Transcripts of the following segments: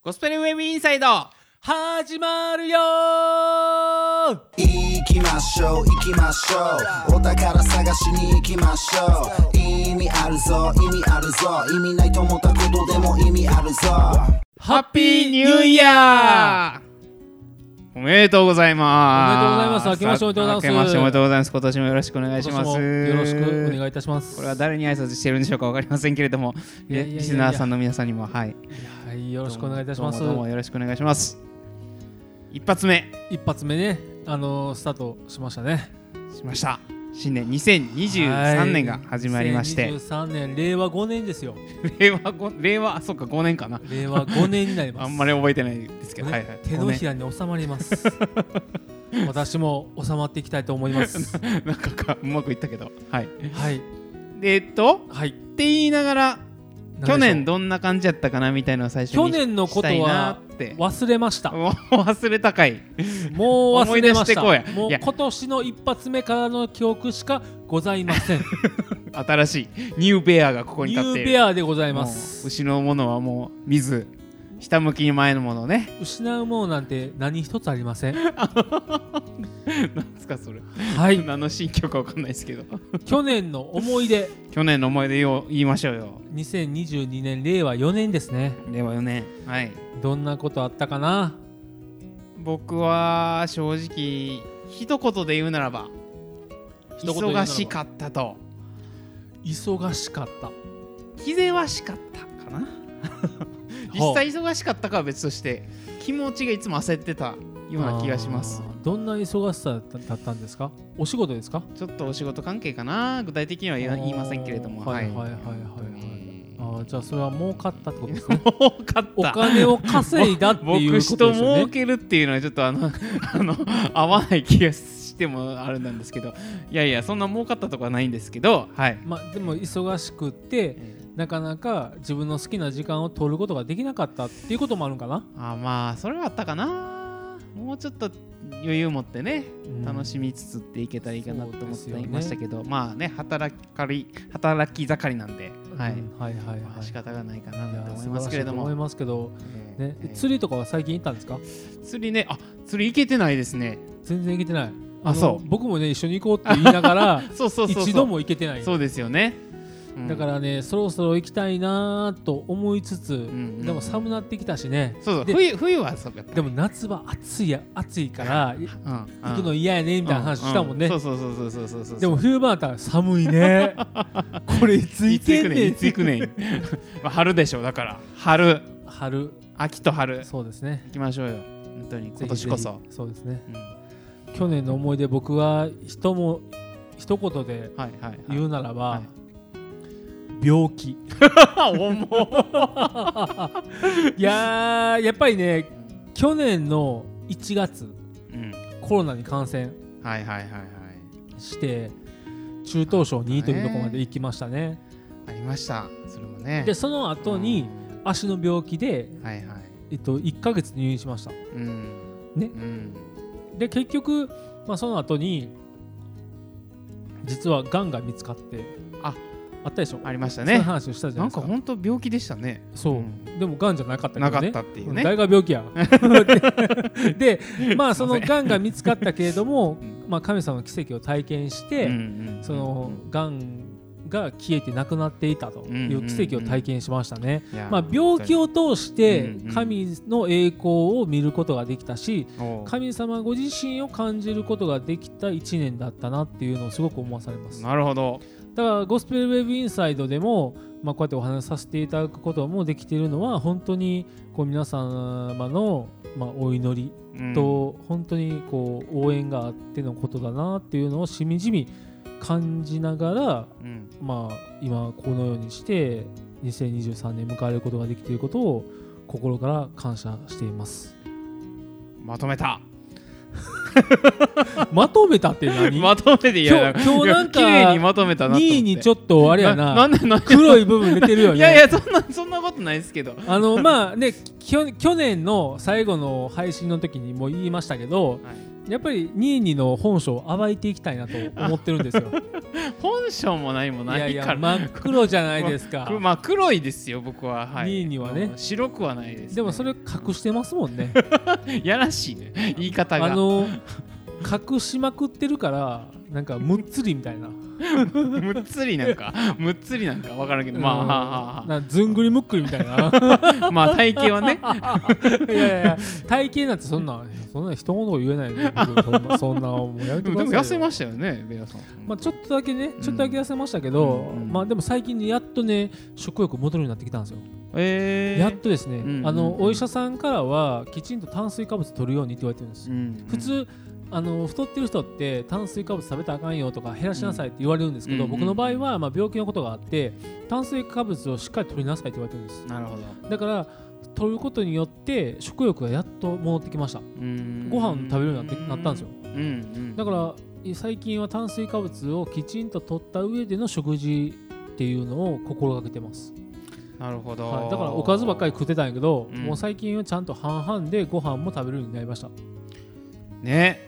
ゴスペルウェブインサイド始まるよー行きましょう行きましょうお宝探しに行きましょう意味あるぞ意味あるぞ意味ないと思ったことでも意味あるぞハッピーニューイーヤーおめでとうございます。おめでとうございます明けましておめでとうございます明けましておめでとうございます。今年もよろしくお願いし今ます。年もよろしくお願いいたしますこれは誰に挨拶してるんでしょうかわかりませんけれども、いやいやいやいやリスナーさんの皆さんにも、はい。よはいよろしくお願いいたしますどうもどうもよろしくお願いします。一発目一発目ねあのスタートしましたねしました。新年2023年が始まりまして、 2023年令和5年ですよ令和5、令和、あそっか、5年かな。令和5年になりますあんまり覚えてないですけど、ねはいはい、手のひらに収まります私も収まっていきたいと思います ごめんなんかかうまくいったけど、はい。はいで、えっと、はいって言いながら去年どどんな感じやったかなみたいなのを最初に去年のこしとたいなはって忘れましたもう忘れたかいもう忘れました思い出してこうやもういや今年の一発目からの記憶しかございません新しいニューベアがここにニ立ュっていーるベアでございアまもうす牛のものはもう見ずひたむきに前のものをね失うものなんて何一つありませんなんですかそれ はい何の新曲かわかんないですけど去年の思い出去年の思い出を言いましょうよ2022年令和4年ですね令和4年はいどんなことあったかな僕は正直一言で言うならば一言で言うな忙らばしかったと忙しかった気ぜわしかったかな 実際忙しかったかは別として気持ちがいつも焦ってたような気がしますあーどんな忙しさだっただったんですかお仕事ですかちょっとお仕事関係かな具体的には言わあー言いませんけれどもはいはいはいはいあーじゃあそれは儲かったってこと ですね儲かったお金を稼いだっていうこと僕です人 よね儲けるっていうのはちょっとあの あの合わない気がしてもあれなんですけどいやいやそんな儲かったとかはないんですけどはいまあでも忙しくってなかなか自分の好きな時間を取ることができなかったっていうこともあるんかなあまあそれはあったかなもうちょっと余裕持ってねうん楽しみつつっていけたらいいかなとそう思でっすてよねいましたけど、まあね働きかり働き盛りなんで、はいうんはいはいまはあい仕方がないかいなやと思ーい素晴らましすいけれどと思いも、ますけど、ねえー釣りとかは最近行ったんですか釣りねあ釣り行けてないですね全然行けてないあのそう僕もね一緒に行こうって言いながら そうそうそうそう一度も行けてないそうですよね、うんだからねそろそろ行きたいなーと思いつつ、んうんでも寒なってきたしねそうそうで冬冬はそうかでも夏は暑いや暑いからい行行くの嫌やねみたいな話したもんね、そうそうそうそうそうそうそうでも冬場だったら寒 いねこれいつい行つ行けくんねねんいんつ行くねん まあ春でしょだから春春秋と春そうですね行きましょうよ本当に今年こぜそひぜひそうですねうん去年の思い出僕は人も一言ではいはいはい言うならば、はい 病気いやーやっぱりね去年の1月うんコロナに感染はいはいはいはいして中等症2というところまで行きましたねありましたそれもねでその後に足の病気で、うんはいはいえっと、1ヶ月入院しましたうんうねんで結局、まあ、その後に実はがんが見つかってああったでしょありましたそういうね話をしたじゃなないんですかか本当病気でしたねそう、うんでもがんじゃなかったけどなねかったっていうね大が病気や でまあすいそませのんがんが見つかったけれども うん、まあ、神様の奇跡を体験して、うんうんそのがんが消えてなくなっていたという奇跡を体験しましたね、いやまあ、病気を通してうんうん神の栄光を見ることができたしおう神様ご自身を感じることができた1年だったなっていうのをすごく思わされますなるほどだからゴスペルウェブインサイドでも、まあ、こうやってお話しさせていただくこともできているのは本当にこう皆様の、まあ、お祈りうんと本当にこう応援があってのことだなっていうのをしみじみ感じながら、うんまあ、今このようにして2023年迎えることができていることを心から感謝していますまとめたまとめたって何まとめていや今日今日なんか綺麗にまとめたなと思って2位にちょっとあれやななんでなんで 黒い部分出てるよねいやいやそんなそんなことないですけどあのまあねき去去年の最後の配信の時にも言いましたけどやっぱりニーニの本性を暴いていきたいなと思ってるんで すよ。本性も何もないいやいかやら真っ黒じゃないで すか。まあ黒いですよ僕は、はい、ニーニはねうん白くはないです、でもそれ隠してますも んね。やらしいね 言い方があの隠しまくってるからなんかむっつりみたいな。むっつりなん かむっつりなんか分からんけどまあはあはなんかずんぐりむっくりみたいな。あはあまあ体型は ねいやいやいや体型なんてそんなそんな一言言えないね。僕そんなそんなもうやでめてもくださ痩せいよましたよねベアさん、まあ、ちょっとだけねちょっとだけ痩せましたけど、うんまあでも最近ねやっとね食欲戻るようになってきたんですよ。えー、やっとですね、うんあうのんお医者さんからはきちんと炭水化物取るようにって言われてるんです、うん普通あの太ってる人って炭水化物食べたらあかんよとか減らしなさいって言われるんですけど、うん僕の場合はまあ病気のことがあって炭水化物をしっかり取りなさいって言われてるんですなるほどだから取ることによって食欲がやっと戻ってきましたうんご飯食べるようになってなったんですようんうんだから最近は炭水化物をきちんと取った上での食事っていうのを心がけてますなるほど、はい、だからおかずばっかり食ってたんやけど、うんもう最近はちゃんと半々でご飯も食べるようになりましたね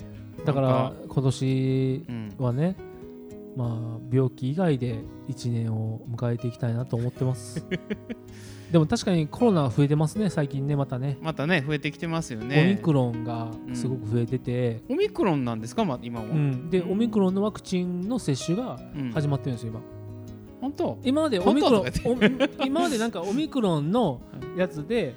だかならん今年うんはねまあ病気以外で1年を迎えていきたいなと思ってます でも確かにコロナが増えてますね最近ねまたねまたね増えてきてますよオねミクロンがすごく増えてて、オミクロンなんですか、まあ、今は、うんでオミクロンのワクチンの接種がうん始まってるんですよ今本当今までオミクロン本当お今までなんかオミクロンのやつで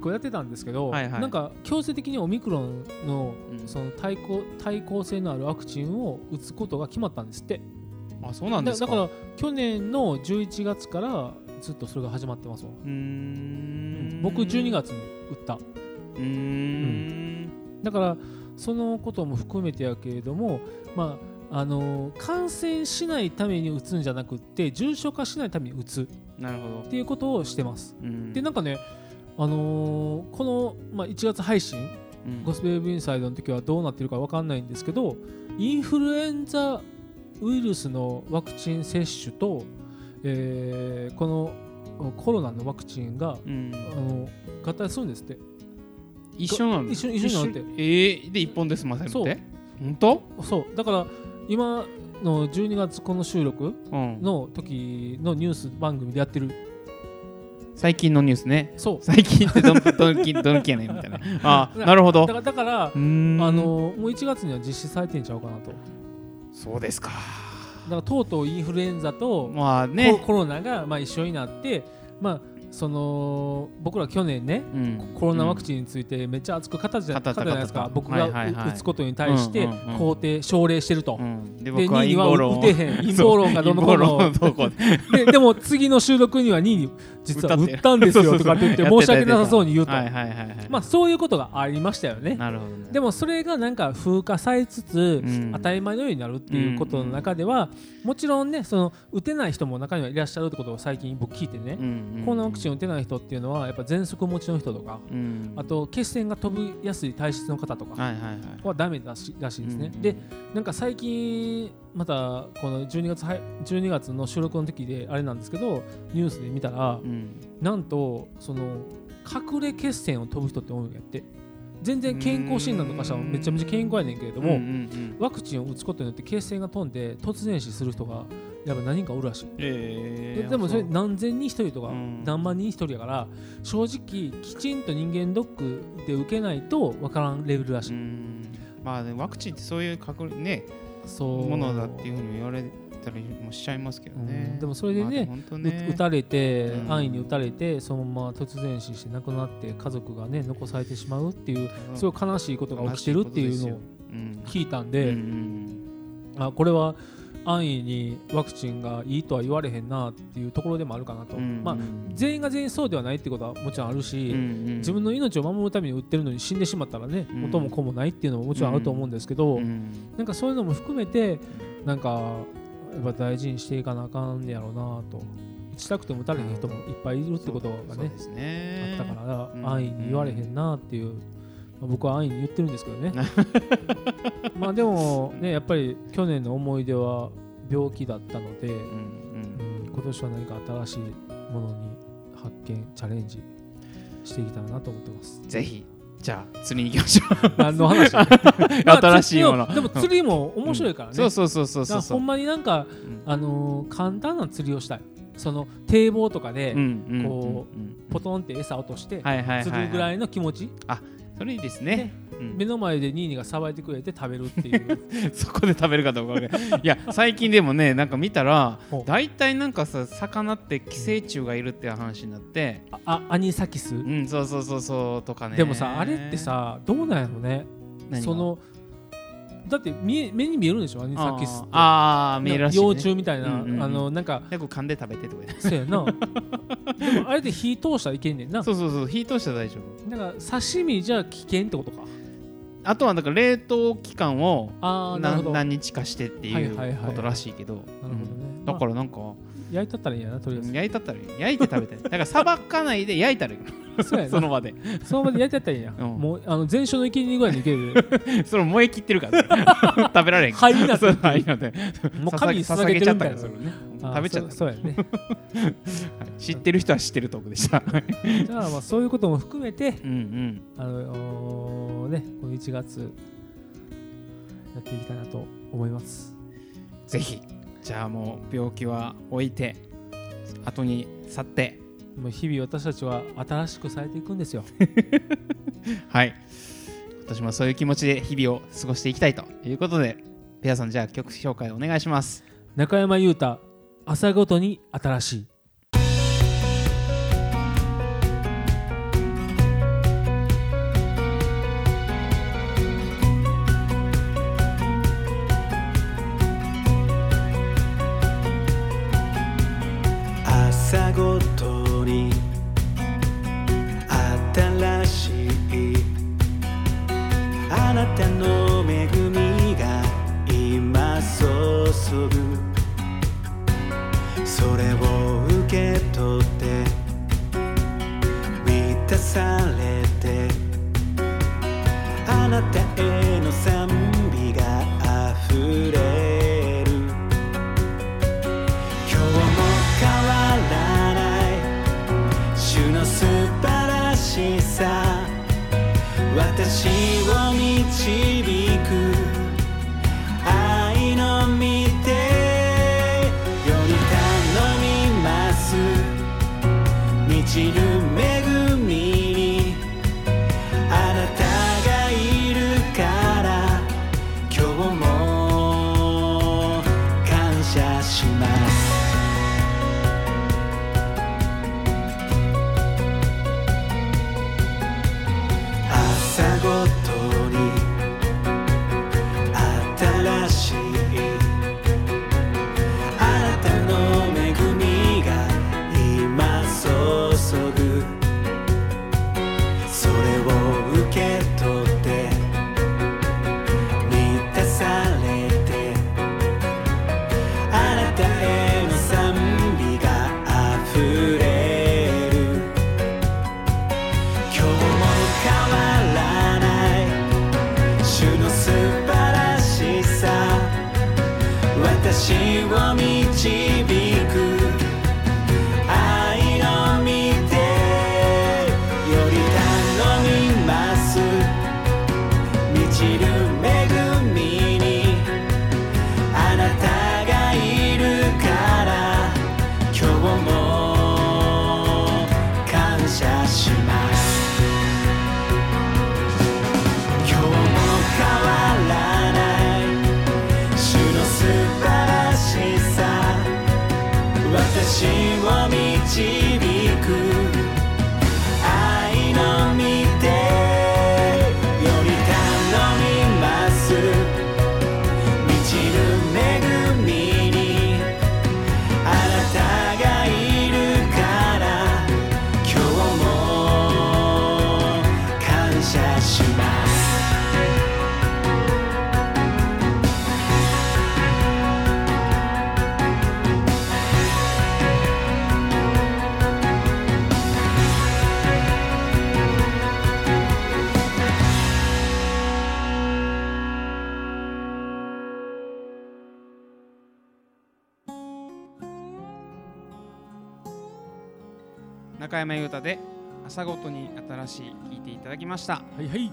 こうやってたんですけど、はいはいなんか強制的にオミクロンのうんその対抗対抗性のあるワクチンを打つことが決まったんですってあそうなんですかだだから去年の11月からずっとそれが始まってますわうーん僕12月に打ったうーんだからそのことも含めてやけれどもまああの感染しないために打つんじゃなくって重症化しないために打つっなるほどていうことをしてますうんでなんかねあのーこの、まあ、1月配信うんゴスペル・インサイドの時はどうなってるか分かんないんですけどインフルエンザウイルスのワクチン接種と、えーこのコロナのワクチンがうんあの合体するんですって一緒なの一緒一緒になっええで一本で済ませるっそうて本当そうだから今の12月この収録うんの時のニュース番組でやってる最近のニュースねそう最近ってどのどのどの期やねんみたいなあ なるほだどからだから、うーんあのもう1月には実施されてんちゃうかなとだそうですかからとうとうインフルエンザとまあコねコロナがまあ一緒になって、まあ、その僕ら去年ね、うんコロナワクチンについてめっちゃ熱く語ったじゃ,、語った語ったじゃないです語かった僕はいはいはいが打つことに対してうんうんうん肯定奨励してるとう。んでで僕は2陰位は謀論打をて へん陰謀論がどうのこうのそう陰謀論どうこうででも次の収録には2位に実は歌打ってったんですよとかって言って申し訳なさそうに言うとはいはいはいはいまあそういうことがありましたよねなるほどねでもそれがなんか風化されつつ、うん当たり前のようになるっていうことの中では、もちろんねその打てない人も中にはいらっしゃるってことを最近僕聞いてね、うんうんコロナワクチンを打てない人っていうのはやっぱ喘息持ちの人とかうんあと血栓が飛びやすい体質の方とかはいはいはいはダメだしらしいですね、うんでなんか最近またこの12月はい12月の収録の時であれなんですけどニュースで見たらうんなんとその隠れ血栓を飛ぶ人って多いんやって全然健康診断とかしたらめちゃめちゃ健康やねんけれども、うんうんうんワクチンを打つことによって血栓が飛んで突然死する人がやっぱ何人かおるらしいえーでもそれう何千人一人とかうん何万人一人やから正直きちんと人間ドックで受けないと分からんレベルらしうい、んまあねワクチンってそういう隠れねそうものだっていうふうに言われたりもしちゃいますけどうねんでもそれでねまあも本当ねう打たれて、うん安易に打たれてそのまま突然死して亡くなって家族がね残されてしまうっていううんすごい悲しいことが起きてるっていうのを聞いたんで、うんうんあこれは安易にワクチンがいいとは言われへんなっていうところでもあるかなと、うんまあ、全員が全員そうではないってことはもちろんあるし、自自分の命を守るために売ってるのに死んでしまったらね、うん元も子もないっていうのももちろんあると思うんですけど、なんかそういうのも含めてなんかやっぱ大事にしていかなあかんねやろうなと打ちたくても打たれへん人もいっぱいいるってことがそうねですあねったからうん安易に言われへんなっていう、まあ僕は安易に言ってるんですけど ねまあでもねやっぱり去年の思い出は病気だったので、ううんうんん今年は何か新しいものに発見チャレンジしていきたいなと思ってますぜひじゃあ釣りに行きましょ何の 話う新しいものでも釣りも面白いからね、そうそうそうそうだかそらうそうほんまになんか、んあのー簡単な釣りをしたいその堤防とかで、うんうんこうんうんポトンって餌落として、はいはいはい釣るぐらいいの気持ち、それいいですねうん目の前でニーニーがさばいてくれて食べるっていう そこで食べるかどうかわかんない いや最近でもねなんか見たらほう大体なんかさ魚って寄生虫がいるっていう話になってああアニサキス、うんそうそうそうそうとかねでもさあれってさどうなんやろね何がそのだって見え目に見えるんでしょアニサキスってあーあー見えるらしい、ね、幼虫みたいな、うんうんうんあのなんかよく噛んで食べてと か言ってそうやなでもあれで火通したらいけんねんなそうそうそう火通したら大丈夫だから刺身じゃ危険ってことかあとはだから冷凍期間をああなるほ何どなる何日かしてっていうはいはいはいことらしいけど、ほどね、うんまだあからなんか、焼いたったらいいやなとりあえず焼いたったらいい焼いて食べたいだからさばかないで焼いたらいいそうやなその場でその場で焼いたったらいいや、うんもうあの全焼の生贄ぐらいにいけるそれ燃え切ってるから、ね、 食べられへん灰になってそうる灰になってもう神に捧げてちゃったるみたかいらなそれねあー食べちゃったそうそうやねはい知ってる人は知ってるトークでしたじゃあまあ そういうことも含めてうんうんあのーねこの1月やっていきたいなと思いますぜひじゃあもう病気は置いて後に去ってもう日々私たちは新しくされていくんですよはい私もそういう気持ちで日々を過ごしていきたいということでペアさんじゃあ曲紹介お願いします中山裕太朝ごとに新しい朝ごとに新しいあなたの恵みが今注ぐそれを受け取って満たされてあなたへの賛美が溢れる今日も変わらない主の素晴らしさ私を導く愛の御手より頼みます満ちる恵みにあなたがいるから今日も感謝します朝ごとに新しいあなたの恵みが今注ぐそれを受け取って満たされてあなたへの賛美が溢れる今日も変わらない主の素晴らしさ私を導く愛の御手より頼みます満ちる恵みにあなたがいるから今日も感謝します今日も変わらない主の素晴らしさ私を導く愛の御手より頼みます満ちる恵みにあなたがいるから今日も感謝します中山優太で朝ごとに新しい聞いていただきましたはいはい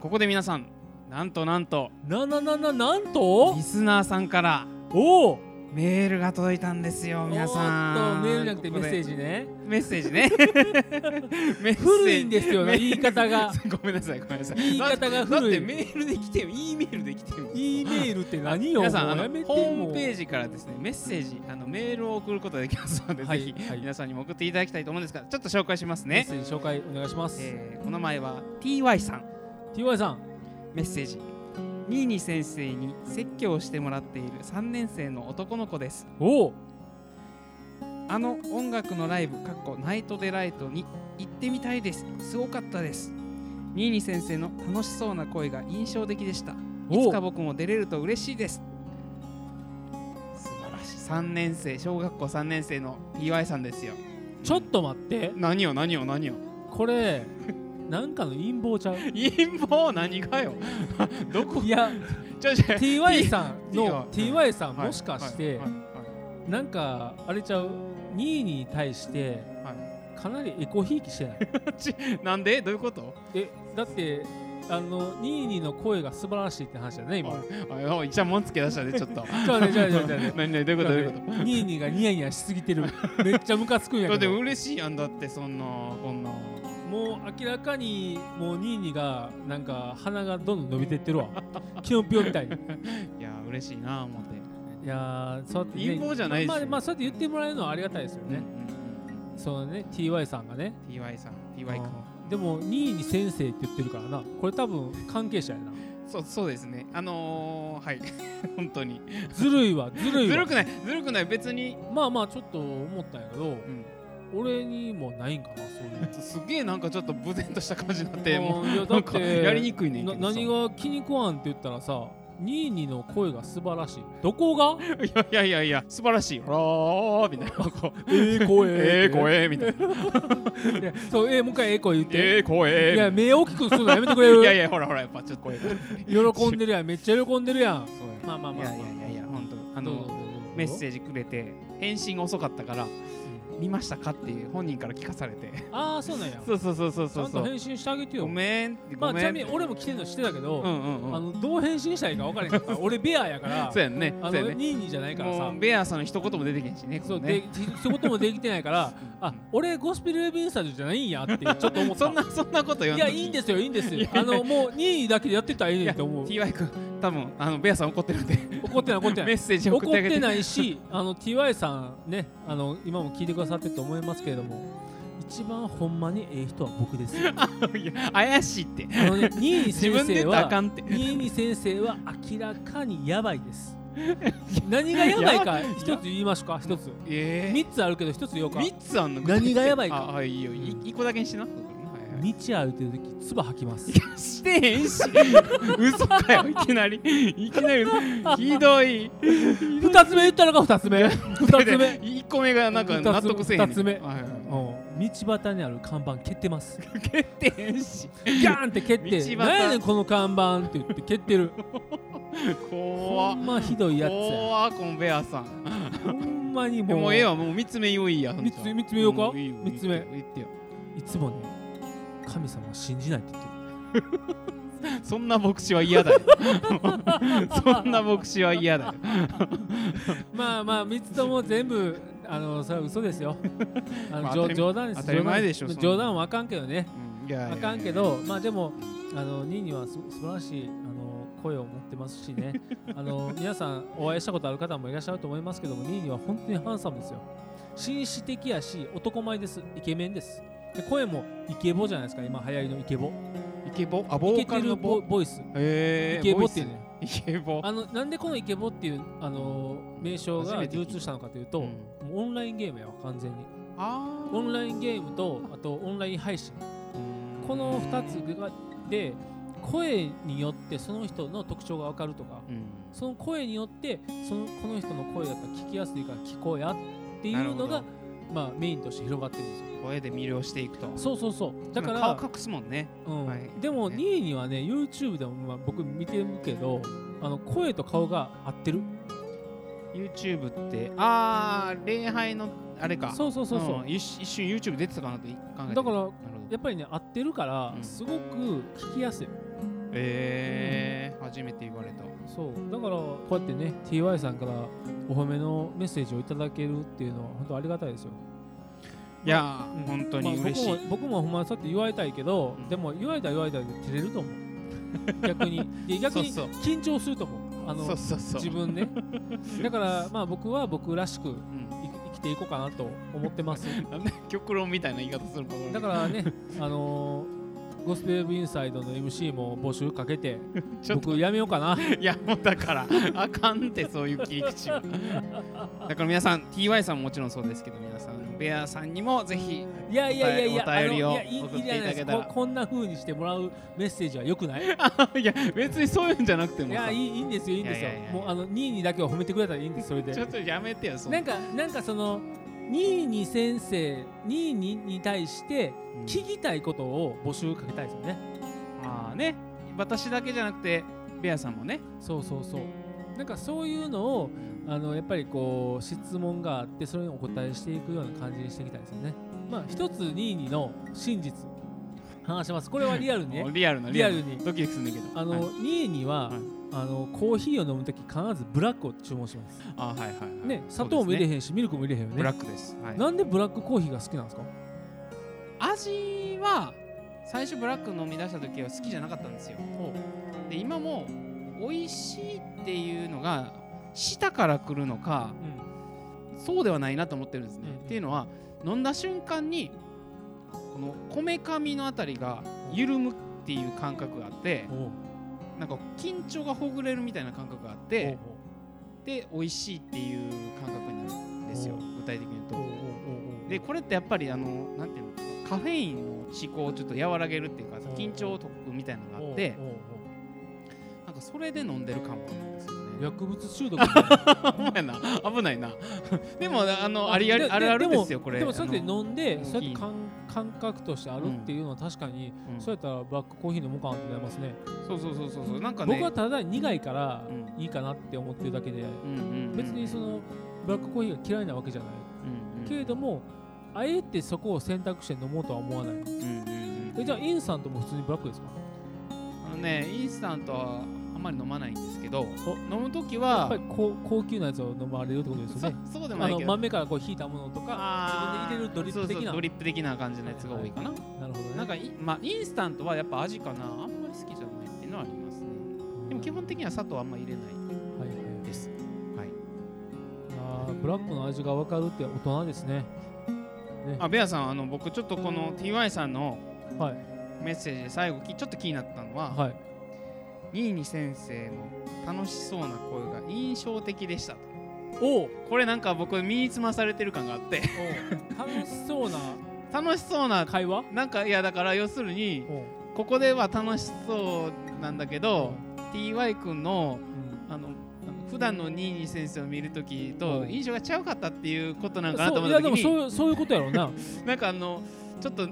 ここで皆さんなんとなんとなななななんとリスナーさんからおおメールが届いたんですよ皆さんメールじゃなくてメッセージジねメッセージねメッセージ 古いんですよメね言い方が ごめんなさいごめんなさい言い方が古だっいてだってメールで来て E メールで来ても E メールって何よ皆さんもあうのやめてホームページジからですねメッセージあのメールを送ることができますので、はいぜひはい皆さんにも送っていただきたいと思うんですがちょっと紹介しますメッね、セージ紹介お願いします、えーこの前は TY さん TY さんメッセージニーニ先生に説教をしてもらっている3年生の男の子ですおおあの音楽のライブかっこナイトデライトに行ってみたいですすごかったですニーニ先生の楽しそうな声が印象的でしたいつか僕も出れると嬉しいです素晴らしい3年生小学校3年生の PY さんですよちょっと待って何よ何よ何よこれなんかの陰謀ちゃう陰謀何がよどこい やちょ ちょ TY さんの T- TY さんはいもしかしてはいはいはいなんかあれちゃう2位に対してはかなりエコひいきしてないなんでどういうことえだってあの22の声が素晴らしいって話だね今おいおい、いちゃもんつけ出したで、ちょ っと。ちょっと待ってちょっと待ってちょっと待って 何何どういうことどういうこと22がニヤニヤしすぎてるめっちゃムカつくんやだっ けてど嬉しいやんだって、そんな、こんな。もう明らかにもう22がなんか鼻がどんどん伸びてってるわキヨンピヨンみたいにいや、嬉しいな、思って。いやーそうやって、ね、陰謀じゃないですよまあ、まあそうやって言ってもらえるのはありがたいですよね、そのね TY さんがね TY さん、TY 君。でも2位に先生って言ってるからなこれ多分関係者やなそう、そうですね。あのー、はい。 本当に。ずるいわずるい わずるくない、ずるくない、別に。まあまあちょっと思ったんやけどうん俺にもないんかなそう いうすげえなんかちょっと無然とした感じになって、もう、ういやだなっんかてやりにくいねんけどなさ何が気に食わんって言ったらさ22の声が素晴らしいどこが いやいやいやいや、素晴らしい。あらー、みたいな。こうええ声ええ声、みたいな。いやそうええもう一回ええ声言って、ええ声。いやみ目大きくするのやめてくれ たいるないやいや、ほらほら、やっぱちょっと声が。喜んでるやんめっちゃ喜んでるやんそうやまあまあいまあやいやいやいや、本当ああののメッセージくれて返信遅かったから、見ましたかっていう本人から聞かされてああそうなんやそうそうそうそうちそゃうんとそう返信してあげてよごめんってまごあめちんなってみに俺も来てるの知ってたけど、うんうんあうんのどう返信したらいいか分からへんかった俺ベアやから そうやんねあそうやのんねニーニーじゃないからもさうベアさんの一言も出てけんしねそうこれでね仕事もできてないかうらんあ俺ゴスペルレビューサーじゃないんやってちょっと思ったそんなそんなこと言わいんとやきいいんですよいいんですいやよいやあのもうニーニーだけでやってたらいいねんって思う TY 君多分あのベアさん怒ってるんで怒ってない怒ってなメッいセージ怒送っってあげててないしあの TY さんねあの今も聞いてくださってると思いますけれども一番ほんまにええ人は僕ですよいや怪しいってあ のねニーニー自先分で生言ったらあはかんって新見先生は明らかにやばいです何がやばいか一つ言いましょうか一つええ三つあるけど一つ言おうか三つあんの何がやばいかああいいよい一個だけにしなはいはい道歩いてる時唾吐きますいやしてへんし嘘かよいきなりいきなりひどい二つ目言ったのが二つ目 二つ目1個目がなんか納得せえへん二つ目はいはいはうん道端にある看板蹴ってま すい蹴ってへんしギャーンって蹴っ道て端何やねんこの看板って言って蹴っ てる怖ほっんまひどいやつや怖っコンベアさんほんまにでもうもうええわもう3つ目よいいや三つ三つ目言おうかんいいいい三つ目言ってよいつもね神様を信じないって言ってるそんな牧師は嫌だよそんな牧師は嫌だよまあまあ三つとも全部あのそれは嘘ですよ。あまあ当たの、冗り冗談です。当たり前でしょそ冗談んな冗談はあかんけどね。いやいやいあやかんけどまあでもあのニーニーはす素晴らしいあの声を持ってますし ね。あの皆さんお会いしたことある方もいらっしゃると思いますけどもニーニーは本当にハンサムですよ。紳士的やし男前です。イケメンです。で声もイケボじゃないですか今流行りのイケボ。イケボあイボケーカてルのるボボボイス。えイーケボボイっスていうね。イケボあのなんでこのイケボっていうあの名称初がめて聞い流た通したのかというと、うんもうオンラインゲームやわ完全にあーオンラインゲームとあとオンライン配信この2つがで声によってその人の特徴が分かるとかうんその声によってそのこの人の声だったら聞きやすいから聞こうやっていうのなるが、まあ、メインとして広がってるんですよ声で魅了していくとそうそうそうだかまあら顔隠すもんねうんはいでもね2位にはね YouTube でもまあ僕見てるけどあの声と顔が合ってる YouTube ってああ礼拝のあれかそうそうそうそううん一一瞬 YouTube 出てたかなって考えてだからなるほどやっぱりね合ってるからうんすごく聞きやすい、えー、初めて言われたそうだからこうやってね TY さんからお褒めのメッセージをいただけるっていうのは本当ありがたいですよいやー、うん本当に嬉しい、まあ僕も僕もほんまそうやって言われたいけど、うんでも言われたら言われたで照れ ると思う逆にで逆にそうそう緊張すると思うあのそうそうそう自分ねだからまあ僕は僕らしくうん生き生きていこうかなと思ってますなんで極論みたいな言い方するか分だかからねあのーゴスペルインサイドの MC も募集かけてら んちょっと僕やめようかないやもうだから あかんってそういう切り 口はだから皆さん TY さんももちろんそうですけど皆さんベアさんにもぜひいやいやいやいやお便りをあのいやいい送っていいじゃたなだいでけすたらここんな風にしてもらうメッセージはよくないい いや別にそういうんじゃなくてもやさいいいいんですよいいんですよいやいやいやもうあの2位にだけは褒めてくれたらいいんですそれでちょっとやめてよそなんかかなんかその2位に先生2位にに対して聞きたいことを募集かけたいですよねああね私だけじゃなくてベアさんもねそうそうそうなんかそういうのをあのやっぱりこう質問があってそれにお答えしていくような感じにしていきたいですよねまあ一つ22の真実話しますこれはリアルにもうねリアルなリアルにドキドキするんだけどあはいの、二位には、はいあのコーヒーを飲むとき必ずブラックを注文しますあはいはいはいね砂糖も入れんへんし、ミルクも入れへんよねブラックですはいなんでブラックコーヒーが好きなんですか味は最初ブラック飲み出した時は好きじゃなかったんですよで今も美味しいっていうのが舌から来るのかそうではないなと思ってるんですね、うんっていうのは飲んだ瞬間にこのこめかみのあたりが緩むっていう感覚があってうんおうなんか緊張がほぐれるみたいな感覚があっおうてで美味しいっていう感覚になるんですよお具体的におうおうお言ううと。おうでこれってやっぱりあのなんていうのカフェインの思考をちょっと和らげるっていうかおう緊張を解くみたいなのがあっておうおうなんかそれで飲んでる感もあるんですよおうね。薬物中毒みたいなほんまやな 危ない なでもあの ありありあるあるですよこれでもそうやってあの飲んでコーヒーそうやって感感覚としてあるっていうのは確かに、うんそうやったらブラックコーヒー飲もうかなってなりますねそうそうそうそうそうなんかね僕はただ苦いからうんいいかなって思ってるだけで、うんうんうん別にそのブラックコーヒーが嫌いなわけじゃない、うんうんけれどもあえてそこを選択して飲もうとは思わないうんうんうんえじゃあインスタントも普通にブラックですかあのねインスタントはあんまり飲まないんですけどお飲む時やっぱはり高高級なやつを飲まれるってことですよそねそうでもなあいのけど豆からこう引いたものとかあー自分で入れるドリップ的そなうそうドリップ的な感じのやつが多いかな、なるほどねなんかいまあインスタントはやっぱ味かなあんまり好きじゃないっていうのはありますねでも基本的には砂糖あんま入れないはいはいですはいあーブラックの味が分かるって大人ですねあベアさんあの僕ちょっとこの TY さんのはいメッセージで最後きちょっと気になったのは、はいニーニ先生の楽しそうな声が印象的でしたとおうこれなんか僕身につまされてる感があって楽しそうな 楽しそうな会話なんかいやだから要するにおうここでは楽しそうなんだけど TY 君のうんあの普段のニーニ先生を見るときとうん印象が違うかったっていうことなんかなとそう思いったやで時もにそうそういうことやろ うな、なんかあのちょっと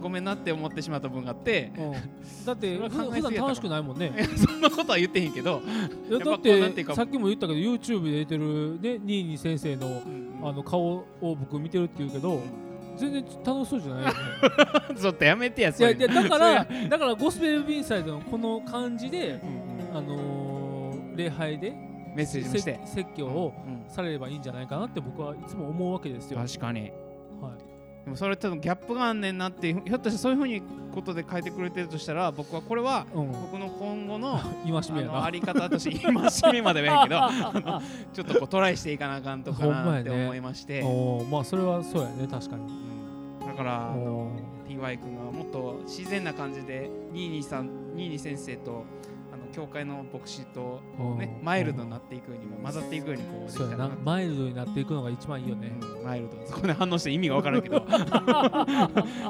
ごめんなって思ってしまった部分があって うんだってそれはふ考えすぎやったか普段楽しくないも んねいやそんなことは言ってへんけど、いややっぱだっこうなんていてうかさっきも言ったけど YouTube で出てるねニーニー先生のあの顔を僕見てるって言うけど全然楽しそうじゃない よね ちょっとやめてやいそやれいやだからだからゴスペルビンサイドのこの感じでうんうんあのー礼拝でメッセージもしてせ説教をうんされればいいんじゃないかなって僕はいつも思うわけですよ。確かにはいでもそれ多分ギャップがあんねんなっていうひょっとしてそういうふうにことで変えてくれてるとしたら僕はこれはうん、僕の今後のあ戒めやのなあ。り方として今しみまではや けどあのちょっとこうトライしていかなあかんとかほんまなやってね思いまして、おーまあそれはそうやね確かに。うんだからお TY 君はもっと自然な感じで22さん22先生とあの教会の牧師と、ーね、マイルドになっていくようにも混ざっていくようにこうできそうたやらななマイルドになっていくのが一番いいよね。うんマイルドそこで反応して意味が分からん けど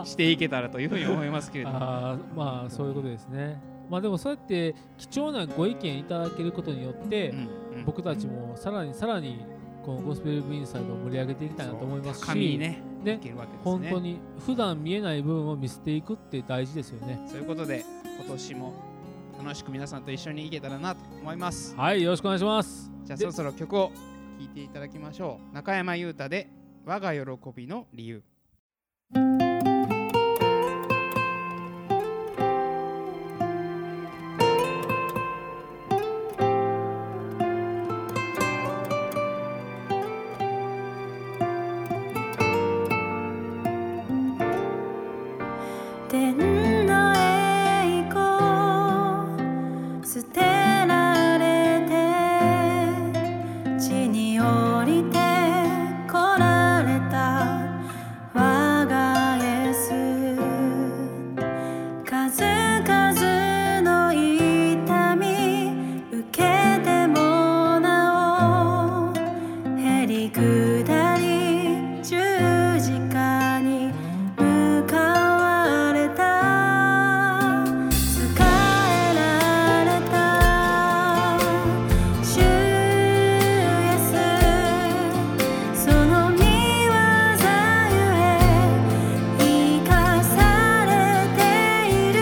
していけたらというふうに思いますけれどもああまあそういうことですね。まあでもそうやって貴重なご意見いただけることによって、うんうん僕たちもさらにさらにこのゴスペル・ブインサイドを盛り上げていきたいなと思いますし、高みにねねいけるわけですね本当に普段見えない部分を見せていくって大事ですよね。そういうことで今年も楽しく皆さんと一緒にいけたらなと思いますはいよろしくお願いします。じゃあそでろそろ曲を聴いていただきましょう中山優太で「我が喜びの理由天の栄光捨てられて地に降りて来られた我がイエス数々の痛み受けてもなおへりくだり十字架に向かわれた使えられた主イエスその御業ゆえ生かされている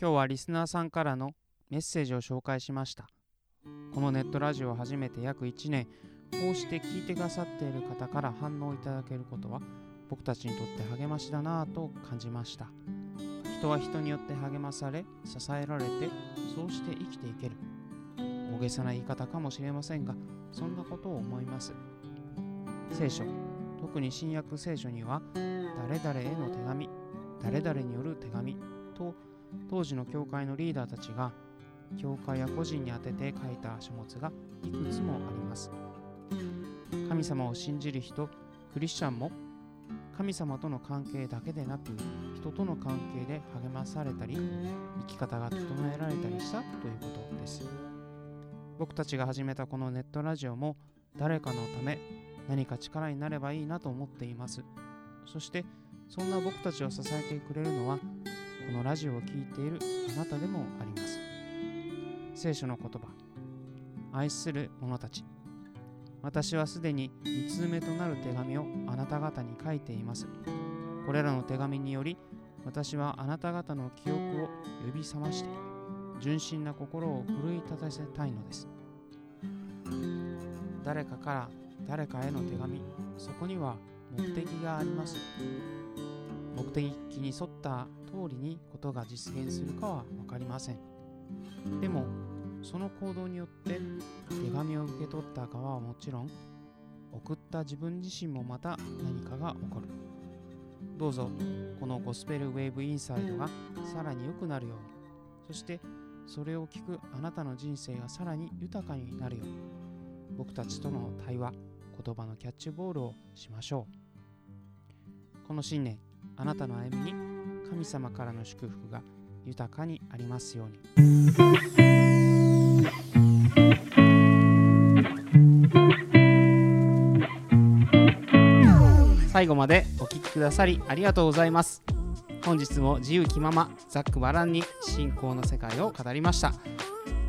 今日はリスナーさんからのメッセージを紹介しましたこのネットラジオを始めて約1年こうして聞いてくださっている方から反応いただけることは僕たちにとって励ましだなぁと感じました人は人によって励まされ支えられてそうして生きていける大げさな言い方かもしれませんがそんなことを思います聖書特に新約聖書には誰々への手紙誰々による手紙と当時の教会のリーダーたちが教会や個人に宛てて書いた書物がいくつもあります神様を信じる人クリスチャンも神様との関係だけでなく人との関係で励まされたり生き方が整えられたりしたということです僕たちが始めたこのネットラジオも誰かのため何か力になればいいなと思っていますそしてそんな僕たちを支えてくれるのはこのラジオを聴いているあなたでもあります聖書の言葉愛する者たち私はすでに2通目となる手紙をあなた方に書いていますこれらの手紙により私はあなた方の記憶を呼び覚まして純真な心を奮い立たせたいのです誰かから誰かへの手紙そこには目的があります目的に沿った通りにことが実現するかは分かりませんでもその行動によって手紙を受け取った側はもちろん送った自分自身もまた何かが起こるどうぞこのゴスペルウェーブインサイドがさらに良くなるようにそしてそれを聞くあなたの人生がさらに豊かになるように僕たちとの対話言葉のキャッチボールをしましょうこの新年あなたの歩みに神様からの祝福が豊かにありますように最後までお聞きくださりありがとうございます本日も自由気ままざっくばらんに信仰の世界を語りました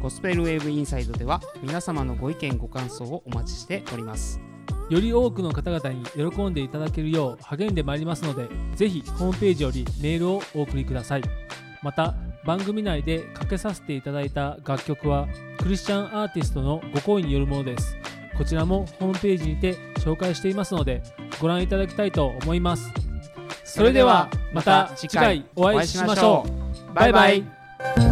ゴスペルウェーブインサイドでは皆様のご意見ご感想をお待ちしておりますより多くの方々に喜んでいただけるよう励んでまいりますのでぜひホームページよりメールをお送りくださいまた番組内でかけさせていただいた楽曲はクリスチャンアーティストのご好意によるものですこちらもホームページにて紹介していますのでご覧いただきたいと思いますそれではまた次回お会いしましょうバイバイ